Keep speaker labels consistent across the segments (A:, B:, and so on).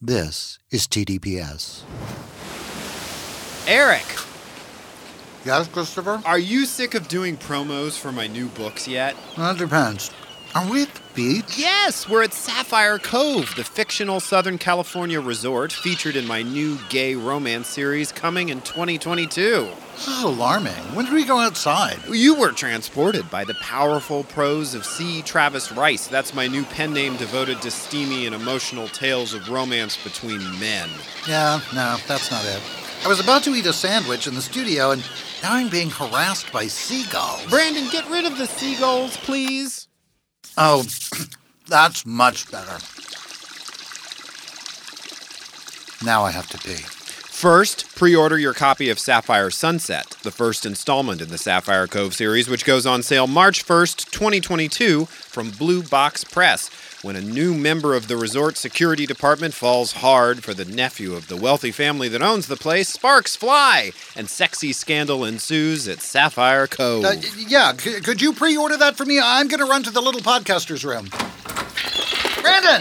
A: This is TDPS.
B: Eric,
A: Yes, Christopher?
B: are you sick of doing promos for my new books yet?
A: Well, it depends. Are we at the beach?
B: Yes, we're at Sapphire Cove, the fictional Southern California resort featured in my new gay romance series coming in 2022.
A: This is alarming. When did we go outside?
B: You were transported by the powerful prose of C. Travis Rice. That's my new pen name devoted to steamy and emotional tales of romance between men.
A: Yeah, no, that's not it. I was about to eat a sandwich in the studio, and now I'm being harassed by seagulls.
B: Brandon, get rid of the seagulls, please.
A: Oh, that's much better. Now I have to pee.
B: First, pre order your copy of Sapphire Sunset, the first installment in the Sapphire Cove series, which goes on sale March 1st, 2022, from Blue Box Press, when a new member of the resort security department falls hard for the nephew of the wealthy family that owns the place. Sparks fly, and sexy scandal ensues at Sapphire Cove.
A: Uh, y- yeah, c- could you pre order that for me? I'm going to run to the little podcaster's room. Brandon,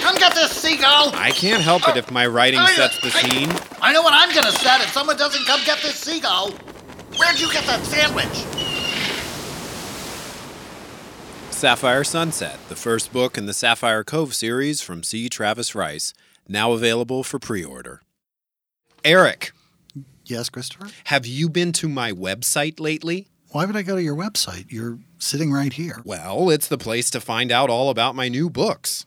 A: come get this seagull.
B: I can't help it if my writing
A: I-
B: sets the scene.
A: I know what I'm going to set if someone doesn't come get this seagull. Where'd you get that sandwich?
B: Sapphire Sunset, the first book in the Sapphire Cove series from C. Travis Rice, now available for pre order. Eric,
A: Yes, Christopher?
B: have you been to my website lately?
A: Why would I go to your website? You're sitting right here.
B: Well, it's the place to find out all about my new books.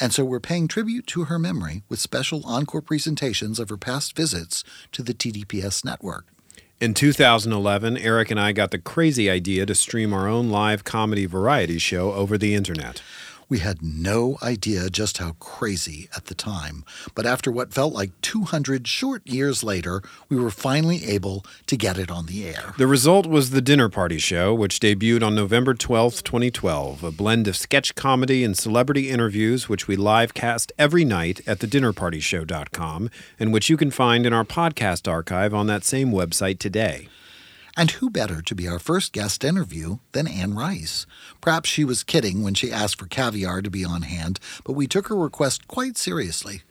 A: And so we're paying tribute to her memory with special encore presentations of her past visits to the TDPS network.
B: In 2011, Eric and I got the crazy idea to stream our own live comedy variety show over the internet.
A: We had no idea just how crazy at the time, but after what felt like 200 short years later, we were finally able to get it on the air.
B: The result was The Dinner Party Show, which debuted on November 12, 2012, a blend of sketch comedy and celebrity interviews, which we live cast every night at thedinnerpartyshow.com, and which you can find in our podcast archive on that same website today.
A: And who better to be our first guest interview than Anne Rice? Perhaps she was kidding when she asked for caviar to be on hand, but we took her request quite seriously.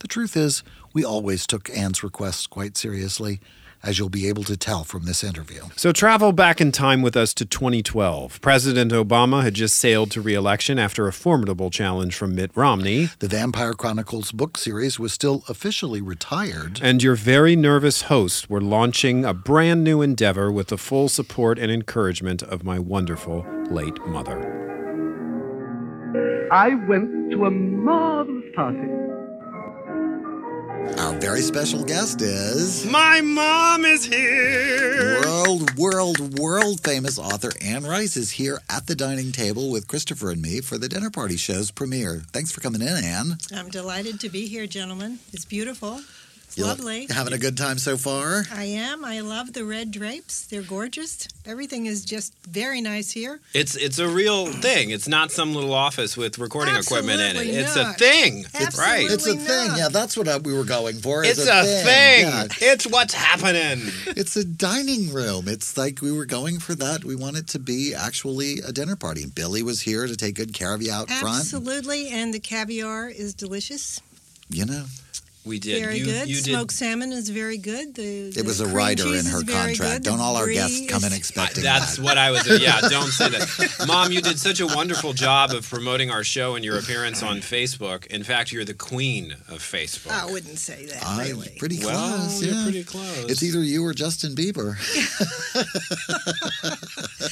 A: The truth is, we always took Anne's requests quite seriously, as you'll be able to tell from this interview.
B: So travel back in time with us to 2012. President Obama had just sailed to re-election after a formidable challenge from Mitt Romney.
A: The Vampire Chronicles book series was still officially retired.
B: And your very nervous hosts were launching a brand new endeavor with the full support and encouragement of my wonderful late mother.
C: I went to a marvelous party.
A: Our very special guest is
B: My mom is here!
A: world, world, world famous author Anne Rice is here at the dining table with Christopher and me for the dinner party show's premiere. Thanks for coming in, Anne.
D: I'm delighted to be here, gentlemen. It's beautiful. It's
A: You lo-
D: lovely.
A: Having a good time so far?
D: I am. I love the red drapes. They're gorgeous. Everything is just very nice here.
E: It's it's a real thing. It's not some little office with recording equipment in it.
D: Absolutely
E: It's
D: not.
E: a thing.
D: Absolutely
E: Right.
A: It's a
D: not.
A: thing. Yeah, that's what uh, we were going for. is
E: It's a thing.
A: Yeah.
E: It's what's happening.
A: It's a dining room. It's like we were going for that. We want it to be actually a dinner party. And Billy was here to take good care of you out front.
D: Absolutely. And the caviar is delicious.
A: You know,
B: We did.
D: Very
B: you,
D: good.
B: You did.
D: Smoked salmon is very good. The, the
A: It was a
D: cream
A: rider
D: cheese
A: in her
D: is very
A: contract.
D: good.
A: Don't all our
D: Brie
A: guests come in
D: is-
A: expecting
B: That's
A: that.
B: what I was. Yeah, don't say that, Mom. You did such a wonderful job of promoting our show and your appearance on Facebook. In fact, you're the queen of Facebook.
D: I wouldn't say that,
A: Ah, you're
D: really.
A: pretty close.
B: well, you're
A: yeah.
B: pretty close.
A: It's either you or Justin Bieber.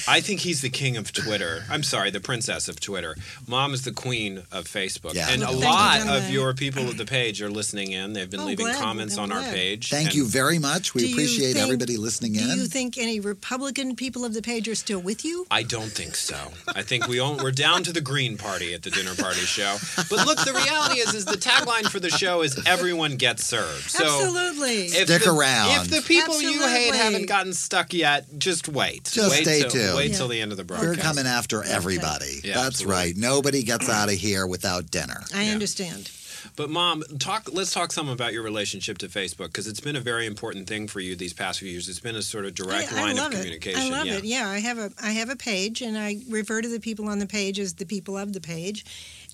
B: I think he's the king of Twitter. I'm sorry, the princess of Twitter. Mom is the queen of Facebook.
A: Yeah.
B: And a
A: Well,
D: thank you,
B: lot
D: gentlemen.
B: of your people of the page are listening in. They've been
D: Oh,
B: leaving
D: glad.
B: comments
D: I'm
B: on our
D: glad.
B: page.
A: Thank
B: and
A: you very much. We
D: Do you
A: appreciate
D: think-
A: everybody listening
D: Do
A: in.
D: you think any Republican people of the page are still with you?
B: I don't think so. I think we own, we're down to the green party at the dinner party show. But look, the reality is, is the tagline for the show is "Everyone gets served." So
D: Absolutely.
B: if
A: Stick
B: the-
A: around.
B: If the people you hate
D: Absolutely.
B: haven't gotten stuck yet, just wait.
A: Just
B: wait
A: stay
B: till,
A: tuned.
B: Wait
D: Yeah.
B: till the end of the broadcast.
A: We're coming after everybody.
B: Yeah,
A: That's
B: absolutely.
A: right. Nobody gets out of here without dinner.
D: I
B: Yeah.
D: understand.
B: But mom, talk. Let's talk some about your relationship to Facebook because it's been a very important thing for you these past few years. It's been a sort of direct
D: I, I
B: line
D: love
B: of
D: it.
B: communication.
D: I love
B: yeah.
D: it. Yeah, I have a I have a page, and I refer to the people on the page as the people of the page,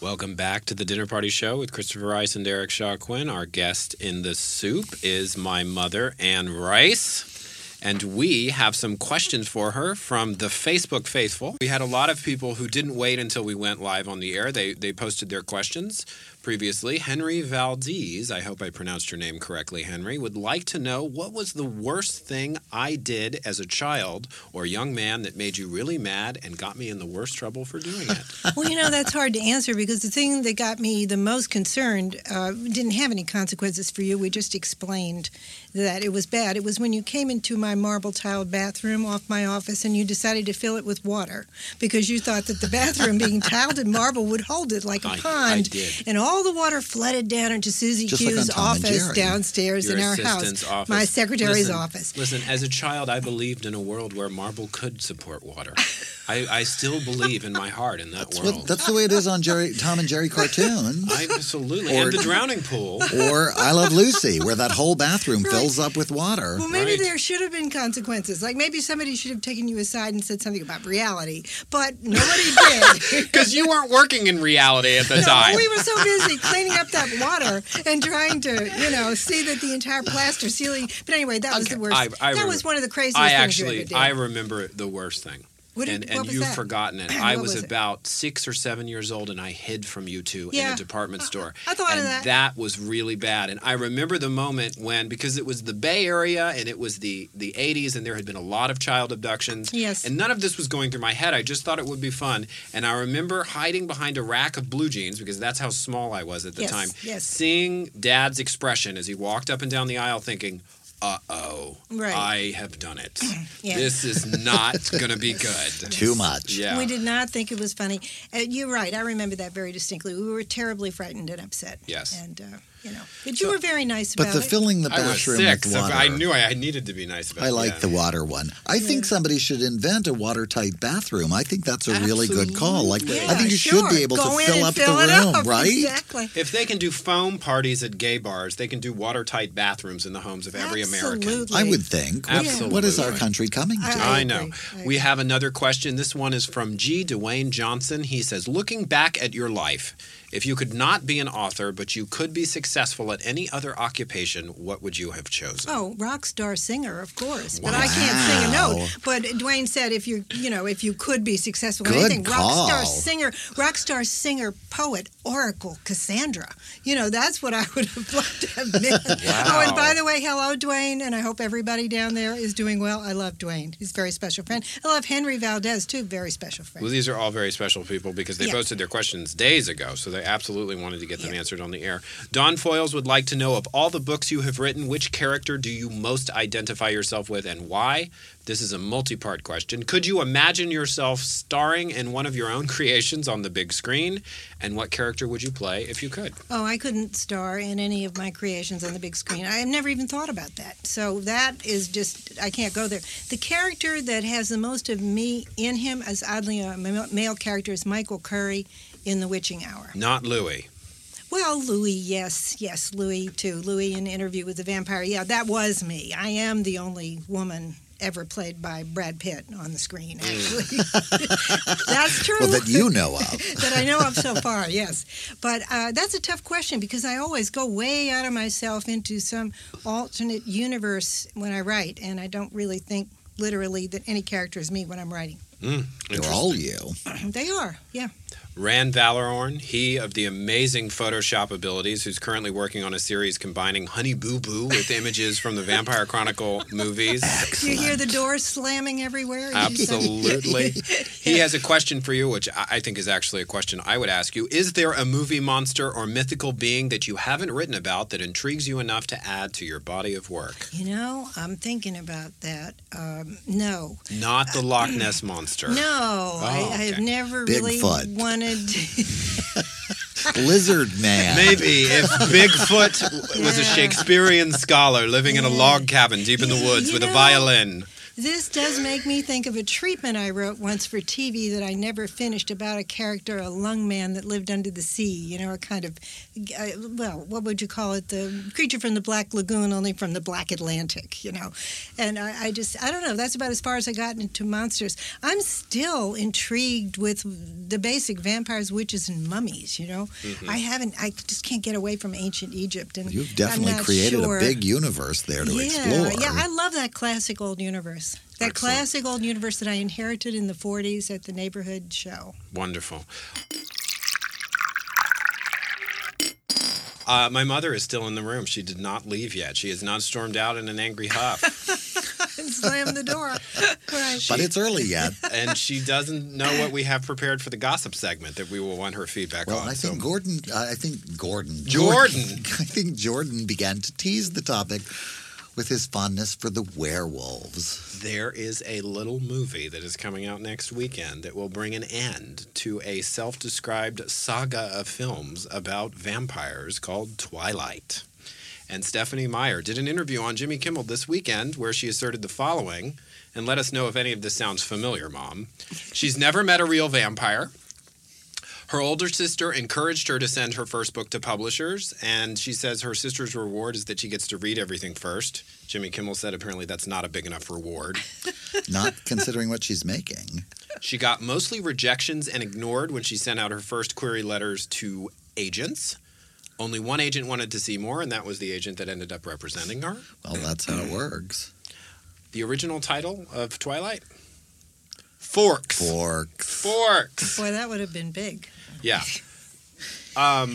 B: Welcome back to the Dinner Party Show with Christopher Rice and Derek Shaw Quinn. Our guest in the soup is my mother, Anne Rice. And we have some questions for her from the Facebook faithful. We had a lot of people who didn't wait until we went live on the air. They, they posted their questions previously. Henry Valdez, I hope I pronounced your name correctly, Henry, would like to know what was the worst thing I did as a child or young man that made you really mad and got me in the worst trouble for doing it?
D: well, you know, that's hard to answer because the thing that got me the most concerned uh, didn't have any consequences for you. We just explained that it was bad. It was when you came into my marble tiled bathroom off my office and you decided to fill it with water because you thought that the bathroom being tiled in marble would hold it like a
B: I- I
D: pond.
B: did.
D: And all the water flooded down into Susie
A: Just like on
D: Q's
A: Tom and
D: office
A: Jerry.
D: downstairs
B: your
D: in our
B: assistant's
D: house,
B: office.
D: my secretary's
B: Listen-
D: office.
B: Listen, as a child, I believed in a world where marble could support water. I, I still believe in my heart in that
A: That's,
B: world.
A: what, that's the way it is on Jerry, Tom and Jerry cartoons.
B: Absolutely.
A: Or-
B: and the drowning pool.
A: or I Love Lucy, where that whole bathroom fills up with water.
D: Well, maybe
B: Right.
D: there should have been consequences. Like maybe somebody should have taken you aside and said something about reality, but nobody did.
B: Because you weren't working in reality at the time.
D: we were so busy cleaning up that water and trying to, you know, see that the entire plaster ceiling. But anyway, that was the worst.
B: I- I
D: that
B: remember-
D: was one of the craziest
B: I
D: things
B: actually,
D: you ever did.
B: I remember the worst thing.
D: What did-
B: and
D: what
B: and
D: was
B: you've
D: that?
B: forgotten it. I
D: What
B: was,
D: was it?
B: about six or seven years old, and I hid from you two in
D: Yeah.
B: a department store.
D: I thought of
B: and
D: that.
B: was really bad. And I remember the moment when, because it was the Bay Area and it was the the 80s, and there had been a lot of child abductions.
D: Yes.
B: And none of this was going through my head. I just thought it would be fun. And I remember hiding behind a rack of blue jeans because that's how small I was at the
D: Yes,
B: time.
D: yes.
B: Seeing Dad's expression as he walked up and down the aisle, thinking. Uh oh,
D: Right.
B: I have done it.
D: Yeah.
B: This is not going to be good.
A: Too much.
B: Yeah.
D: We did not think it was funny. Uh, you're right. I remember that very distinctly. We were terribly frightened and upset.
B: Yes.
D: And uh, you know, but you were very nice
A: But
D: about
A: the
D: it.
A: filling the
B: I was
A: bathroom
B: sick,
A: with
B: so
A: water.
B: I knew I, I needed to be nice about it.
A: I like
B: yeah.
A: the water one. I think somebody should invent a watertight bathroom. I think that's a really good call. Like I
D: Yeah,
A: think you should
D: sure.
A: be able to
D: Go in
A: fill
D: and
A: up
D: fill
A: the
D: it
A: room,
D: up.
A: right?
D: Exactly.
B: If they can do foam parties at gay bars, they can do watertight bathrooms in the homes of every American.
D: Absolutely.
A: I would think. What-
B: Absolutely.
A: What is our country coming to?
D: I-
B: I know.
D: agree. I
B: We have another question. This one is from G. Dwayne Johnson. He says, Looking back at your life, If you could not be an author, but you could be successful at any other occupation, what would you have chosen?
D: Oh, rock star singer, of course. But I can't sing a note. But Dwayne said if you you know, if you could be successful in
A: Good
D: anything, rock
A: call.
D: star singer, rock star singer, poet, oracle, Cassandra. You know, that's what I would have loved to have been. Oh, and by the way, hello Dwayne, and I hope everybody down there is doing well. I love Dwayne. He's a very special friend. I love Henry Valdez too, very special friend.
B: Well, these are all very special people because they
D: Yeah.
B: posted their questions days ago, so they absolutely wanted to get them
D: Yeah.
B: answered on the air. Don Foyles would like to know of all the books you have written, which character do you most identify yourself with and why? This is a multi part question. Could you imagine yourself starring in one of your own creations on the big screen? And what character would you play if you could?
D: Oh, I couldn't star in any of my creations on the big screen. I have never even thought about that. So that is just, I can't go there. The character that has the most of me in him, as oddly a ma- male character, is Michael Curry in The Witching Hour.
B: Not Louis.
D: Well, Louis, yes, yes, Louis too. Louis in Interview with the Vampire. Yeah, that was me. I am the only woman ever played by Brad Pitt on the screen, actually. That's true
A: Mm. Well, that you know of.
D: that I know of so far, yes. But uh, that's a tough question because I always go way out of myself into some alternate universe when I write, and I don't really think literally that any character is me when I'm writing.
A: They're all you.
D: They are, yeah.
B: Rand Valororn, he of the amazing Photoshop abilities, who's currently working on a series combining Honey Boo Boo with images from the Vampire Chronicle movies.
D: Do you hear the doors slamming everywhere? You just-
B: Absolutely. He has a question for you, which I I think is actually a question I would ask you. Is there a movie monster or mythical being that you haven't written about that intrigues you enough to add to your body of work?
D: You know, I'm thinking about that. Um, no,
B: Not the Loch Ness Monster.
D: no,
B: Oh,
D: I, I have
B: okay.
D: never really
A: Bigfoot.
D: wanted.
A: Lizard man.
B: Maybe if Bigfoot was a
D: Yeah.
B: Shakespearean scholar living in a log cabin deep in the
D: You-
B: woods
D: you
B: with a
D: know-
B: violin.
D: This does make me think of a treatment I wrote once for TV that I never finished about a character, a lung man that lived under the sea. You know, a kind of, uh, well, what would you call it? The creature from the Black Lagoon, only from the Black Atlantic, you know. And I, I just, I don't know, that's about as far as I got into monsters. I'm still intrigued with the basic vampires, witches, and mummies, you know. I haven't, I just can't get away from ancient Egypt. And
A: Mm-hmm. You've
D: I'm
A: definitely
D: not
A: created
D: sure.
A: a big universe there to
D: yeah,
A: explore.
D: Yeah, I love that classic old universe. That
B: Excellent.
D: classic old universe that I inherited in the 40s at the neighborhood show.
B: Wonderful. Uh, my mother is still in the room. She did not leave yet. She has not stormed out in an angry huff,
D: And slammed the door. Right.
A: but it's early yet.
B: and she doesn't know what we have prepared for the gossip segment that we will want her feedback
D: Oh,
A: Well,
B: on.
A: I think Gordon. Uh, I think Gordon.
B: Jordan.
A: I think Jordan began to tease the topic with his fondness for the werewolves.
B: There is a little movie that is coming out next weekend that will bring an end to a self described saga of films about vampires called Twilight. And Stephanie Meyer did an interview on Jimmy Kimmel this weekend where she asserted the following, and let us know if any of this sounds familiar, Mom. She's never met a real vampire. Her older sister encouraged her to send her first book to publishers, and she says her sister's reward is that she gets to read everything first. Jimmy Kimmel said apparently that's not a big enough reward.
A: Not considering what she's making.
B: She got mostly rejections and ignored when she sent out her first query letters to agents. Only one agent wanted to see more, and that was the agent that ended up representing her.
A: Well, that's how it works.
B: The original title of Twilight? Forks.
A: Forks.
B: Forks.
D: Boy, that would have been big.
B: Yeah. Um,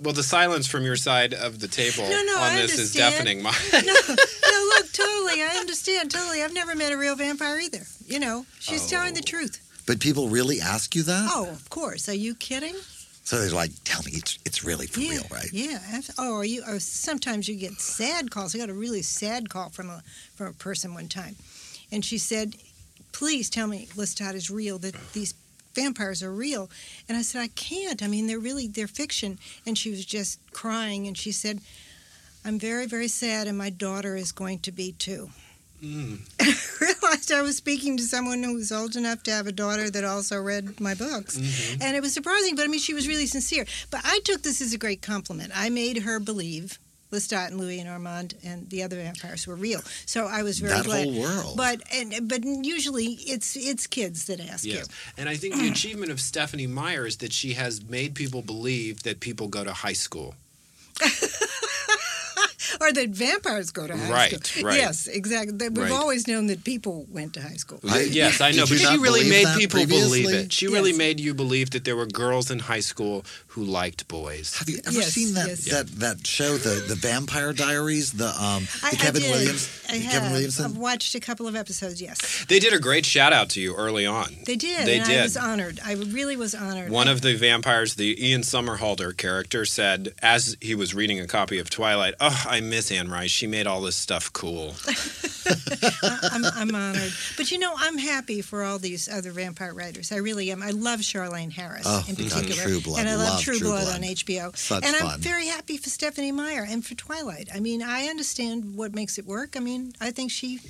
B: well, the silence from your side of the table
D: No, no,
B: on
D: I
B: this is
D: understand.
B: deafening. My,
D: No, no, look, totally. I understand, totally. I've never met a real vampire either. You know, she's
A: Oh.
D: telling the truth.
A: But people really ask you that?
D: Oh, of course. Are you kidding?
A: So they're like, tell me it's, it's really for
D: yeah,
A: real, right?
D: Yeah. abs- Oh, are you? Or sometimes you get sad calls. I got a really sad call from a from a person one time, and she said, "Please tell me Lestat is real. That these vampires are real." And I said, "I can't. I mean, they're really they're fiction." And she was just crying, and she said. I'm very, very sad, and my daughter is going to be too.
A: Mm.
D: I realized I was speaking to someone who was old enough to have a daughter that also read my books.
A: Mm-hmm.
D: And it was surprising, but I mean, she was really sincere. But I took this as a great compliment. I made her believe Lestat and Louis and Armand and the other vampires were real. So I was very
A: That
D: glad.
A: whole world.
D: But and but usually it's it's kids that ask you.
B: Yes. And I think the achievement of Stephanie Meyer is that she has made people believe that people go to high school.
D: Or that vampires go to high
B: Right,
D: school.
B: right.
D: Yes, exactly. That We've
B: Right.
D: always known that people went to high school.
A: I-
B: yes, I know,
A: did
B: but
A: you
B: she
A: not
B: really
A: believe
B: made
A: that
B: people believe
A: previously?
B: it. She really
D: Yes.
B: made you believe that there were girls in high school who liked boys.
A: Have you ever
D: Yes,
A: seen that,
D: yes.
A: that that show, the the Vampire Diaries, the um, the
D: I,
A: Kevin
D: I did.
A: Williams,
D: I
A: the
D: have.
A: Kevin Williamson?
D: I've watched a couple of episodes. Yes,
B: They did a great shout out to you early on.
D: they did.
B: They
D: and
B: did.
D: I was honored. I really was honored.
B: One of the vampires, the Ian Somerhalder character, said as he was reading a copy of Twilight, "Oh, I miss Anne Rice. She made all this stuff cool."
D: I'm, I'm honored. But you know, I'm happy for all these other vampire writers. I really am. I love Charlene Harris
A: Oh,
D: in
A: God,
D: particular.
A: True Blood.
D: And I love,
A: Love
D: True,
A: True
D: Blood,
A: Blood.
D: on HBO.
A: Such
D: and
A: fun.
D: I'm very happy for Stephanie Meyer and for Twilight. I mean, I understand what makes it work. I mean, I think she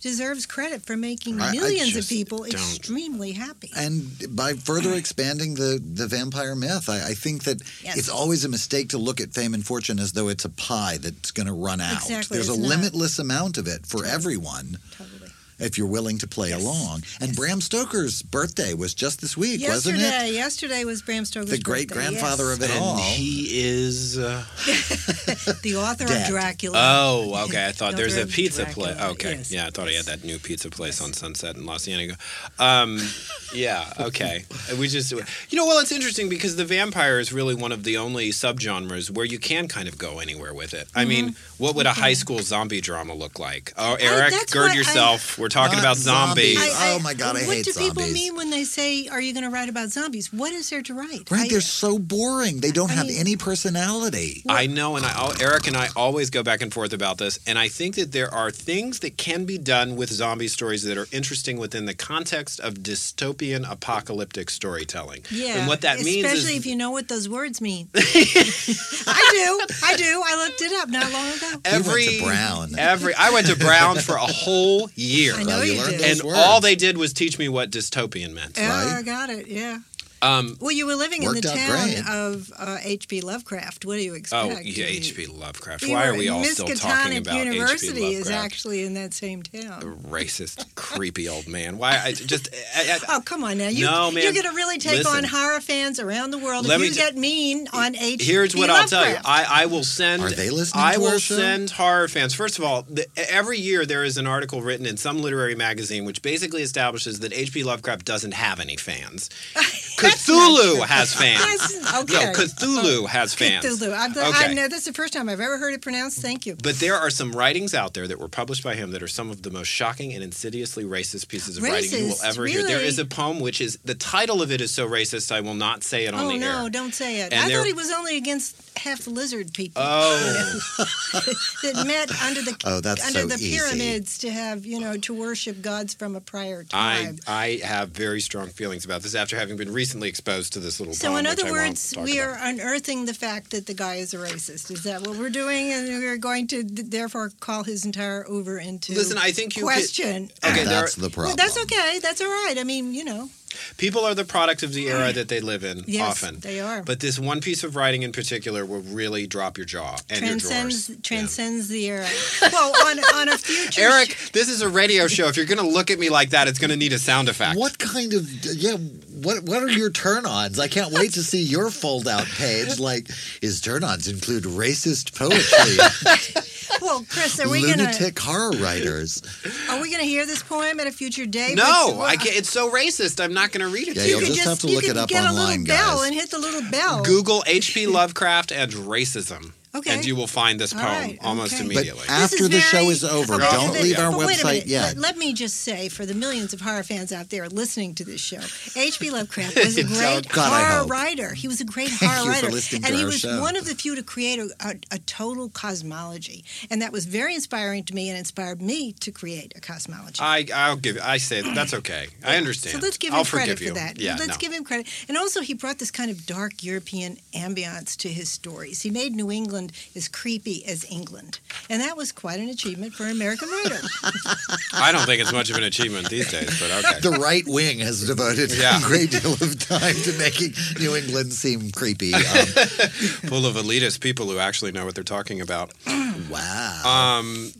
D: deserves credit for making
A: I- I
D: millions of
A: just Eh,
D: people
B: don't.
D: extremely happy.
A: And by further expanding the, the vampire myth, I, I think that
D: Yes.
A: it's always a mistake to look at fame and fortune as though it's a pie that's going to run out.
D: Exactly,
A: There's a
D: it's not.
A: limitless amount of it for everyone
D: totally.
A: if you're willing to play
D: Yes.
A: along. And Bram Stoker's birthday was just this week, wasn't it?
D: Yesterday, yesterday was Bram Stoker's
A: The great grandfather of it
B: and
A: all.
B: he is. Uh,
D: of the author
A: Dead.
D: of Dracula.
B: oh, okay. I thought
D: No,
B: there's a
D: Bram
B: pizza
D: Dracula,
B: place. Okay,
D: yes,
B: yeah. I thought he had
D: yes.
B: that new pizza place on Sunset in Los Angeles. Um, yeah. Okay. We just, you know, well, it's interesting because the vampire is really one of the only subgenres where you can kind of go anywhere with it. I mean, what would a high school zombie drama look like? Oh, Eric,
D: that's
B: gird
D: what Mm-hmm. I-
B: yourself. We're talking
A: Not
B: about
A: zombies.
B: zombies.
A: Oh, my God, I
D: what
A: hate
D: do people
A: zombies.
D: mean when they say, "Are you going to write about zombies?" What is there to write?
A: Right,
D: I-
A: they're so boring. They don't
D: I
A: have
D: mean-
A: any personality.
B: I know, and I al- Eric and I always go back and forth about this, and I think that there are things that can be done with zombie stories that are interesting within the context of dystopian apocalyptic storytelling.
D: yeah,
B: and what that
D: especially
B: means is
D: if you know what those words mean. I do, I do. I looked it up not long ago.
B: every
A: you went to Brown.
B: every I went to Brown for a whole year,
D: I know
A: Well, you
D: you
A: learned
D: did.
A: those
B: and
A: words.
B: all they did was teach me what dystopian meant.
D: Oh, I
A: right?
D: got it. Yeah.
B: Um,
D: Well, you were living in the
A: Worked out
D: town
A: great.
D: of uh, H.P. Lovecraft. What do you expect?
B: oh, yeah,
D: I mean,
B: H.P. Lovecraft.
D: we
B: Why
D: were
B: are we
D: at
B: all still talking
D: Miskatonic
B: about H.P. Lovecraft?
D: University is actually in that same town.
B: racist, creepy old man. Why? I just. I, I,
D: Oh, come on now. You,
B: No, man.
D: You're going to really take
B: Listen.
D: on horror fans around the world
B: Let
D: if
B: me
D: you
B: ju-
D: get mean on H.
B: Here's what I'll tell you. I, I will send.
A: Are they listening
B: I
A: to
B: will
A: our show?
B: send horror fans. First of all, the, every year there is an article written in some literary magazine which basically establishes that H.P. Lovecraft doesn't have any fans. Cthulhu has fans.
D: That's- okay.
B: No,
D: Oh,
B: Cthulhu has fans.
D: Cthulhu. I'm glad, I know that's the first time I've ever heard it pronounced. Thank you.
B: But there are some writings out there that were published by him that are some of the most shocking and insidiously racist pieces of writing you will
D: Racist?
B: ever hear. There
D: Really?
B: is a poem which is the title of it is so racist I will not say it on
D: Oh
B: the
D: no!
B: air.
D: Don't say it.
B: And
D: I
B: they're-
D: thought he was only against half lizard people
B: Oh.
D: that met under the
A: Oh, that's
D: under
A: so
D: the
A: easy.
D: pyramids to have you know to worship gods from a prior
B: I
D: time.
B: I have very strong feelings about this after having been recently exposed to this little.
D: so,
B: poem,
D: in
B: which I
D: other
B: won't
D: words,
B: talk
D: we
B: about.
D: are unearthing the fact that the guy is a racist. Is that what we're doing? And we're going to therefore call his entire over into
B: Listen, I think you could-
D: question.
B: Okay, there
A: That's
B: are-
A: the problem.
D: Well, that's okay. That's all right. I mean, you know,
B: people are the product of the era that they live in.
D: Yes,
B: often
D: they are.
B: But this one piece of writing in particular will really drop your jaw and
D: transcends
B: your drawers.
D: transcends the era. well, on on a future.
B: Eric,
D: sh-
B: this is a radio show. If you're going to look at me like that, it's going to need a sound effect.
A: What kind of yeah? What what are your turn-ons? I can't wait to see your fold-out page. Like, his turn-ons include racist poetry,
D: well, Chris, are we gonna
A: lunatic horror writers.
D: are we gonna hear this poem at a future date? But-
B: No,
D: well,
B: I can't. It's so racist. I'm not going to read it
A: Yeah,
B: to
D: You
A: you'll
B: you.
D: could
A: just have to
D: you
A: look
D: could
A: it up
D: get
A: online,
D: a little bell
A: guys.
D: and hit the little bell.
B: Google H.P. Lovecraft and racism.
D: Okay.
B: And you will find this
D: All
B: poem
D: right,
B: almost
D: okay. But
A: But
B: immediately.
D: This
A: after the show
D: very-
A: is over,
D: Okay,
A: don't
D: but-
A: leave our
D: but wait a
A: website
D: minute.
A: yet.
D: Let, let me just say, for the millions of horror fans out there listening to this show, H.P. Lovecraft was a great
A: God, I
D: horror
A: hope.
D: writer. He was a great
A: Thank
D: horror
A: you for
D: writer,
A: listening to
D: and he
A: our
D: was
A: show.
D: one of the few to create a, a, a total cosmology, and that was very inspiring to me, and inspired me to create a cosmology.
B: I I'll give I say that's okay. I understand.
D: So let's give him
B: I'll
D: credit
B: forgive
D: for
B: you.
D: that.
B: Yeah,
D: let's
B: no.
D: give him credit. And also, he brought this kind of dark European ambiance to his stories. He made New England as creepy as England. And that was quite an achievement for an American writer.
B: I don't think it's much of an achievement these days, but okay.
A: The right wing has devoted
B: Yeah.
A: a great deal of time to making New England seem creepy. Um,
B: Full of elitist people who actually know what they're talking about.
A: wow.
B: Um,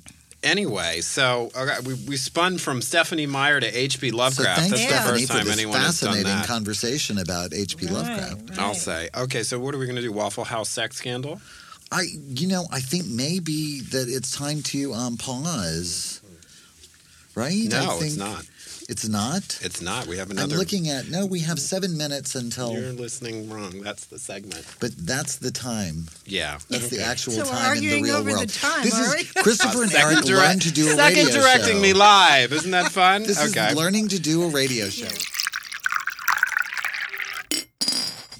B: anyway, so okay, we, we spun from Stephanie Meyer to H.P.
A: so
B: Lovecraft.
A: thanks,
B: That's
D: Yeah.
B: the
A: Stephanie,
B: first
A: for
B: time
A: this
B: anyone has done
A: fascinating
B: that.
A: conversation about H.P. Lovecraft.
D: Right,
B: I'll
D: right.
B: say. Okay, so what are we going to do? Waffle House sex scandal?
A: I, you know, I think maybe that it's time to um, pause. Right? I
B: No,
A: think
B: it's not.
A: It's not.
B: It's not. We have another.
A: I'm looking at no. We have seven minutes until,
B: You're listening wrong. That's the segment.
A: but that's that's the time.
B: Yeah.
A: That's the actual
D: So we're
A: time in the
D: arguing
A: real
D: over the
A: world.
D: time,
A: this
D: are
A: is
D: we?
A: Christopher and Eric
B: direct-
A: learn to do a
B: second
A: radio
B: directing
A: show.
B: me live. Isn't that fun?
A: This
B: okay.
A: is learning to do a radio show.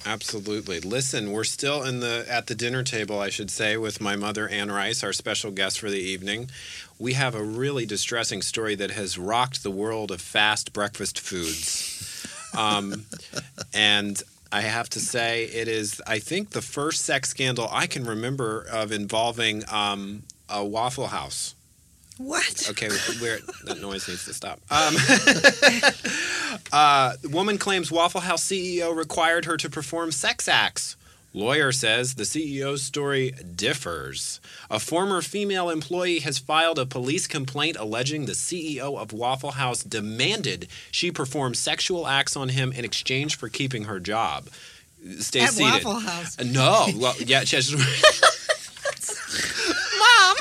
B: Absolutely. Listen, we're still in the at the dinner table, I should say, with my mother Ann Rice, our special guest for the evening. We have a really distressing story that has rocked the world of fast breakfast foods. Um, and I have to say, it is, I think, the first sex scandal I can remember of involving um, a Waffle House.
D: What?
B: Okay, where that noise needs to stop. Um, uh, woman claims Waffle House CEO required her to perform sex acts. Lawyer says the CEO's story differs. A former female employee has filed a police complaint alleging the CEO of Waffle House demanded she perform sexual acts on him in exchange for keeping her job. Stay
D: At
B: seated. Uh,
D: Waffle House.
B: No, well, yeah, she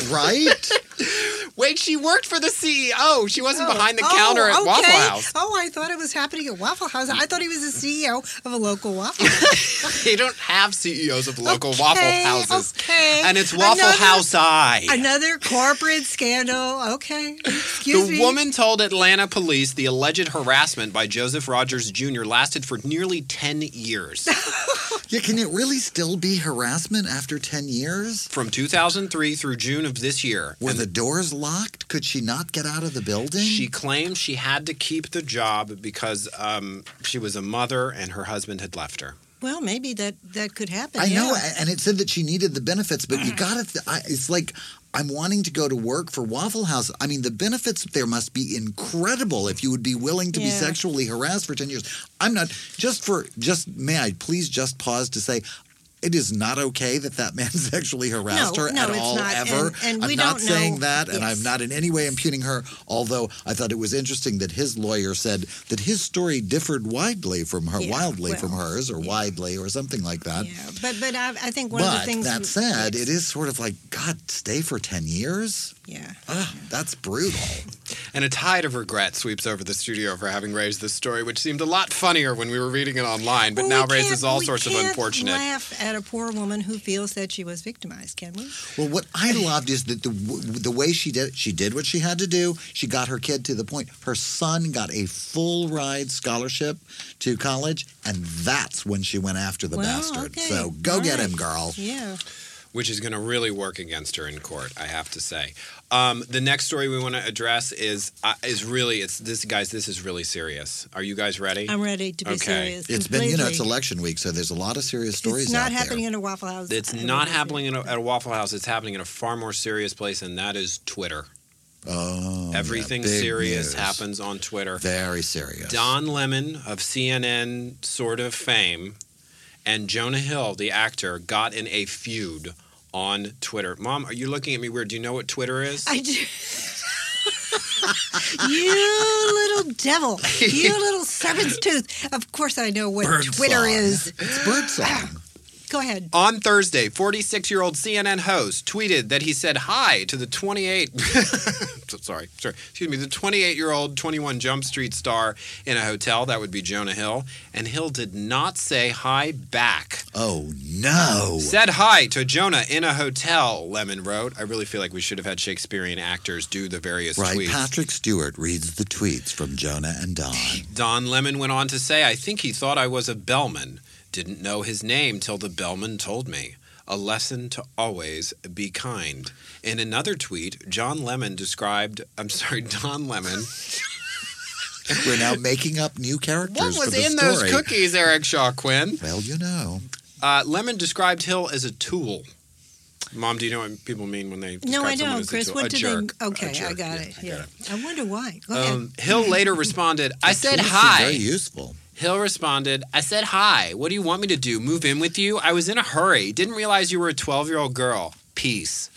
A: Right?
B: wait, she worked for the CEO. She wasn't behind the
D: Oh,
B: counter at
D: okay.
B: Waffle House.
D: Oh, I thought it was happening at Waffle House. I thought he was the CEO of a local Waffle House.
B: They don't have CEOs of local
D: Okay,
B: waffle houses.
D: okay.
B: And it's Waffle
D: Another-
B: House Eye.
D: Another corporate scandal. Okay. Excuse
B: The
D: me.
B: woman told Atlanta police the alleged harassment by Joseph Rogers Jr. lasted for nearly 10 years,
A: yeah. Can it really still be harassment after ten years?
B: from 2003 through June of this year.
A: Were the doors locked? Could she not get out of the building?
B: She claims she had to keep the job because um, she was a mother and her husband had left her.
D: Well, maybe that that could happen.
A: I know,
D: yeah.
A: a- and it said that she needed the benefits, but you got to. Th- I- it's like I'm wanting to go to work for Waffle House. I mean, the benefits there must be incredible if you would be willing to be
D: Yeah.
A: sexually harassed for ten years. I'm not just for just. May I please just pause to say. It is not okay that that man sexually harassed
D: No,
A: her
D: no,
A: at
D: it's
A: all
D: not,
A: ever.
D: and- and
A: I'm
D: we
A: not
D: don't
A: saying
D: know-
A: that, and I'm
D: yes.
A: not in any way imputing her. Although I thought it was interesting that his lawyer said that his story differed widely from her,
D: Yeah,
A: wildly from
D: well,
A: hers, or widely, or something like that
D: Yeah, but but I, I think one
A: but
D: of the things
A: that said, it is sort of like God stay for ten years.
D: Yeah.
A: Ah, that's brutal.
B: And a tide of regret sweeps over the studio for having raised this story, which seemed a lot funnier when we were reading it online, but
D: Well,
B: now
D: we
B: raises
D: can't-
B: all
D: we
B: sorts of
D: can't
B: unfortunate.
D: Laugh at a poor woman who feels that she was victimized, can we?
A: Well, what I loved is that the w- the way she did it, she did what she had to do. She got her kid to the point. Her son got a full ride scholarship to college, and that's when she went after the
D: Wow,
A: bastard.
D: okay.
A: So go
D: All
A: get
D: right.
A: him, girl.
D: Yeah.
B: which is going to really work against her in court. I have to say. Um, the next story we want to address is uh, is really it's this guys. This is really serious. Are you guys ready?
D: I'm ready to be
B: Okay.
D: serious.
A: It's been you know it's
D: completely.
A: election week, so there's a lot of serious stories
D: It's not
A: out
D: happening
A: there.
D: in a Waffle House.
B: it's
D: I would
B: not
D: agree.
B: happening in a, at a Waffle House. It's happening in a far more serious place, and that is Twitter.
A: oh, yeah,
B: Everything
A: big news.
B: serious happens on Twitter.
A: Very serious.
B: Don Lemon of CNN sort of fame and Jonah Hill, the actor, got in a feud on Twitter. Mom, are you looking at me weird? Do you know what Twitter is?
D: I do. you little devil. You little serpent's tooth. Of course I know what
A: Bird
D: Twitter
A: song.
D: is.
A: It's bird song.
D: Go ahead.
B: On Thursday, 46 year old CNN host tweeted that he said hi to the 28. sorry, sorry. Excuse me, the 28 year old 21 Jump Street star in a hotel. That would be Jonah Hill. And Hill did not say hi back.
A: Oh no.
B: Said hi to Jonah in a hotel, Lemon wrote. I really feel like we should have had Shakespearean actors do the various
A: Right.
B: tweets.
A: Patrick Stewart reads the tweets from Jonah and Don.
B: Don Lemon went on to say, I think he thought I was a bellman. Didn't know his name till the bellman told me. A lesson to always be kind. In another tweet, John Lemon described, I'm sorry, Don Lemon.
A: We're now making up new characters
B: what
A: for
B: was
A: the
B: in
A: story.
B: those cookies, Eric Shaw Quinn?
A: Well, you know.
B: Uh, Lemon described Hill as a tool. Mom, do you know what people mean when they
D: No,
B: describe
D: I
B: someone
D: don't,
B: as a
D: Chris.
B: tool?
D: What
B: a
D: did
B: jerk.
D: they? Okay,
B: A jerk.
D: I got
B: Yeah,
D: it.
B: I
D: Yeah.
B: got it.
D: I wonder why. Go ahead.
B: Um, Hill later responded, I said
F: Tools are Very
B: hi.
F: useful.
B: Hill responded, I said hi. What do you want me to do? Move in with you? I was in a hurry. Didn't realize you were a 12 year old girl. Peace.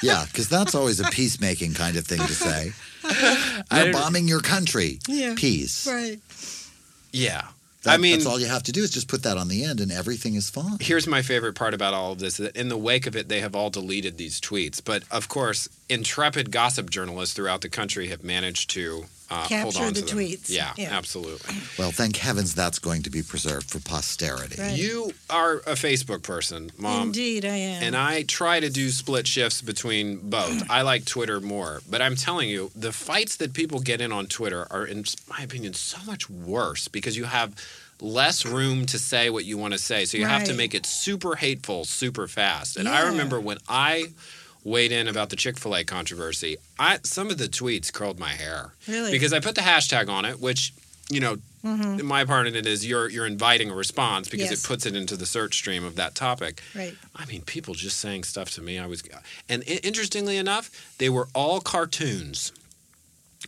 F: Yeah, because that's always a peacemaking kind of thing to say.
B: I
F: You're
B: don't-
F: bombing your country.
D: Yeah.
F: Peace.
D: Right.
B: Yeah.
F: That-
B: I mean,
F: that's all you have to do is just put that on the end, and everything is fine.
B: here's my favorite part about all of this that in the wake of it they have all deleted these tweets but of course intrepid gossip journalists throughout the country have managed to uh, hold
D: Capture
B: on
D: the
B: to them.
D: tweets.
B: yeah,
D: Yeah.
B: absolutely
F: Well, thank heavens that's going to be preserved for posterity.
D: Right.
B: you are a facebook person mom
D: Indeed, I am.
B: and i try to do split shifts between both i like twitter more but i'm telling you the fights that people get in on twitter are in my opinion so much worse because you have less room to say what you want to say so you have to
D: Right.
B: make it super hateful super fast and i
D: Yeah.
B: remember when i weighed in about the chick-fil-a controversy i some of the tweets curled my hair
D: Really? Mm-hmm.
B: because i put the hashtag on it which you know my part in it is you're you're inviting a response because
D: Yes.
B: it puts it into the search stream of that topic
D: right.
B: I mean, people just saying stuff to me. I was, and i- interestingly enough, they were all cartoons.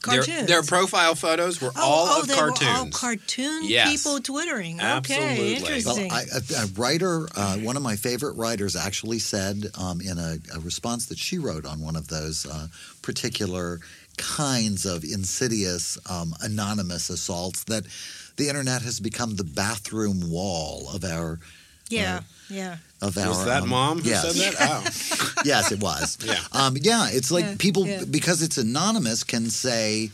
B: Their-
D: Cartoons.
B: Their, profile photos were
D: Oh,
B: all
D: oh,
B: of
D: they
B: cartoons.
D: were all cartoon
B: Yes.
D: people twittering.
B: Absolutely.
D: Okay,
F: Well,
D: interesting.
F: I, a, a writer, uh, one of my favorite writers, actually said um, in a, a response that she wrote on one of those uh, particular kinds of insidious um, anonymous assaults that the internet has become the bathroom wall of our
D: yeah, yeah.
F: of our.
B: was that
F: um,
B: mom who
F: yes.
B: said that? Oh.
F: yes, it was.
B: Yeah.
F: Um, yeah, it's like
D: Yeah,
F: people,
D: yeah.
F: because it's anonymous, can say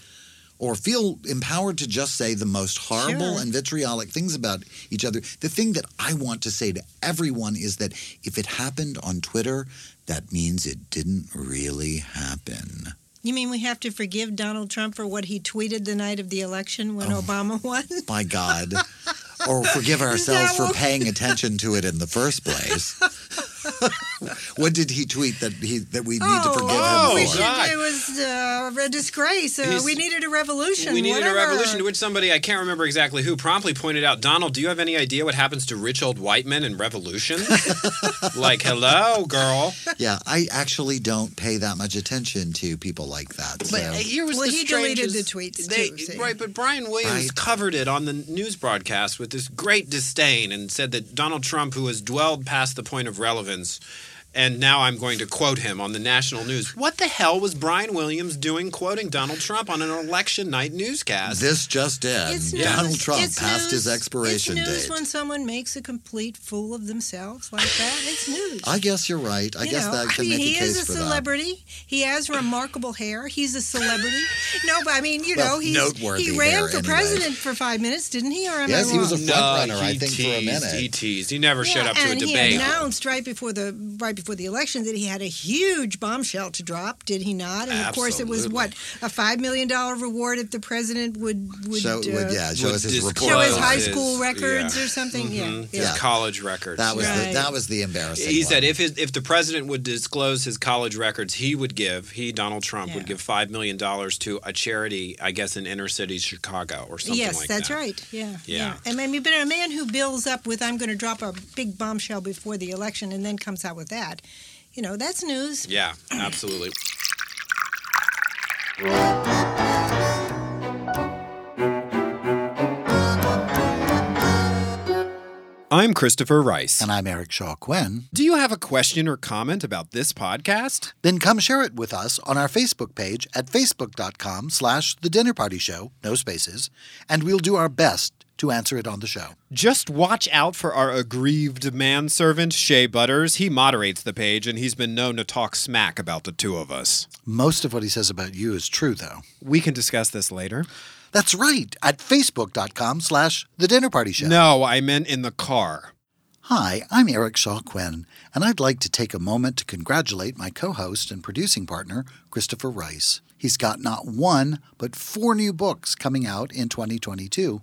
F: or feel empowered to just say the most horrible
D: Sure.
F: and vitriolic things about each other. The thing that I want to say to everyone is that if it happened on Twitter, that means it didn't really happen.
D: You mean we have to forgive Donald Trump for what he tweeted the night of the election when
B: Oh.
D: Obama won?
F: My God. or forgive ourselves for
D: what-
F: paying attention to it in the first place. what did he tweet that he that we need
D: oh,
F: to forgive
B: oh,
F: him
D: we
F: for?
D: should,
B: God.
D: it was uh, a disgrace. Uh,
B: He's-
D: we needed a revolution.
B: we needed
D: whatever.
B: a revolution to which somebody I can't remember exactly who promptly pointed out, Donald, do you have any idea what happens to rich old white men in revolution? like, hello, girl.
F: Yeah, I actually don't pay that much attention to people like that. So.
B: But
D: uh,
B: here was
D: Well,
B: the
D: he deleted
B: strangest-
D: the tweets,
B: They,
D: too, see.
B: right, but Brian Williams
F: Right.
B: covered it on the news broadcast with this great disdain and said that Donald Trump, who has dwelled past the point of relevance, and now I'm going to quote him on the national news. What the hell was Brian Williams doing quoting Donald Trump on an election night newscast?
F: this just in:
D: It's news.
F: Donald Trump
D: It's
F: passed
D: news.
F: his expiration
D: It's news
F: date.
D: when someone makes a complete fool of themselves like that. It's news.
F: I guess you're right. I
D: You
F: guess
D: know,
F: that
D: I
F: can
D: mean,
F: make
D: he
F: a case
D: is a
F: for
D: celebrity. He has remarkable hair. He's a celebrity. no, but I mean, you
F: Well,
D: know, he's,
F: noteworthy
D: he ran
F: hair
D: for
F: anyway.
D: president for five minutes, didn't he? Or am
F: Yes,
D: I
F: he was a
D: wrong?
F: front runner, I
B: he
F: think, for a
B: teased,
F: minute.
B: He teased. He never showed
D: Yeah,
B: up to a
D: and
B: debate.
D: he announced right before the right before the election that he had a huge bombshell to drop. Did he not? And of course, it was what a five million dollar reward if the president would
F: that.
D: would,
F: Show,
D: uh,
F: would, yeah, show
B: would
F: us his
B: disclose
F: report.
D: show his high
B: His-
D: school records
B: yeah.
D: or something.
B: Mhm.
F: Mm-hmm.
D: Yeah,
B: His
D: yeah.
B: college records.
F: That was the,
D: Right.
F: that was the embarrassing.
B: He
F: one.
B: said if his, if the president would disclose his college records, he would give he Donald Trump would
D: Yeah.
B: give five million dollars to a charity, I guess in inner city Chicago or something
D: yes,
B: like
D: that's
B: that.
D: right. Yeah,
B: Yeah.
D: And I mean, but a man who builds up with "I'm going to drop a big bombshell before the election" and then comes out with that, you know, that's news.
B: Yeah, absolutely. I'm Christopher Rice.
A: And I'm Eric Shaw Quinn.
B: Do you have a question or comment about this podcast?
A: Then come share it with us on our Facebook page at facebook.com slash the dinner party show, no spaces, and we'll do our best to answer it on the show.
B: Just watch out for our aggrieved manservant, Shea Butters. He moderates the page and he's been known to talk smack about the two of us.
A: Most of what he says about you is true, though.
B: We can discuss this later.
A: That's right, at facebook.com slash the dinner party show.
B: No, I meant in the car.
A: Hi, I'm Eric Shaw Quinn, and I'd like to take a moment to congratulate my co host and producing partner, Christopher Rice. He's got not one, but four new books coming out in 2022,